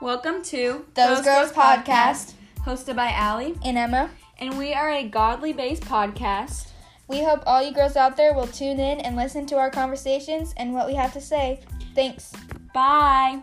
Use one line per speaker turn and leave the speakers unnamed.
Welcome to
Those, Girls, Podcast
hosted by Allie,
and Emma.
and we are a godly based podcast.
We hope all you girls out there will tune in and listen to our conversations and what we have to say. Thanks.
Bye.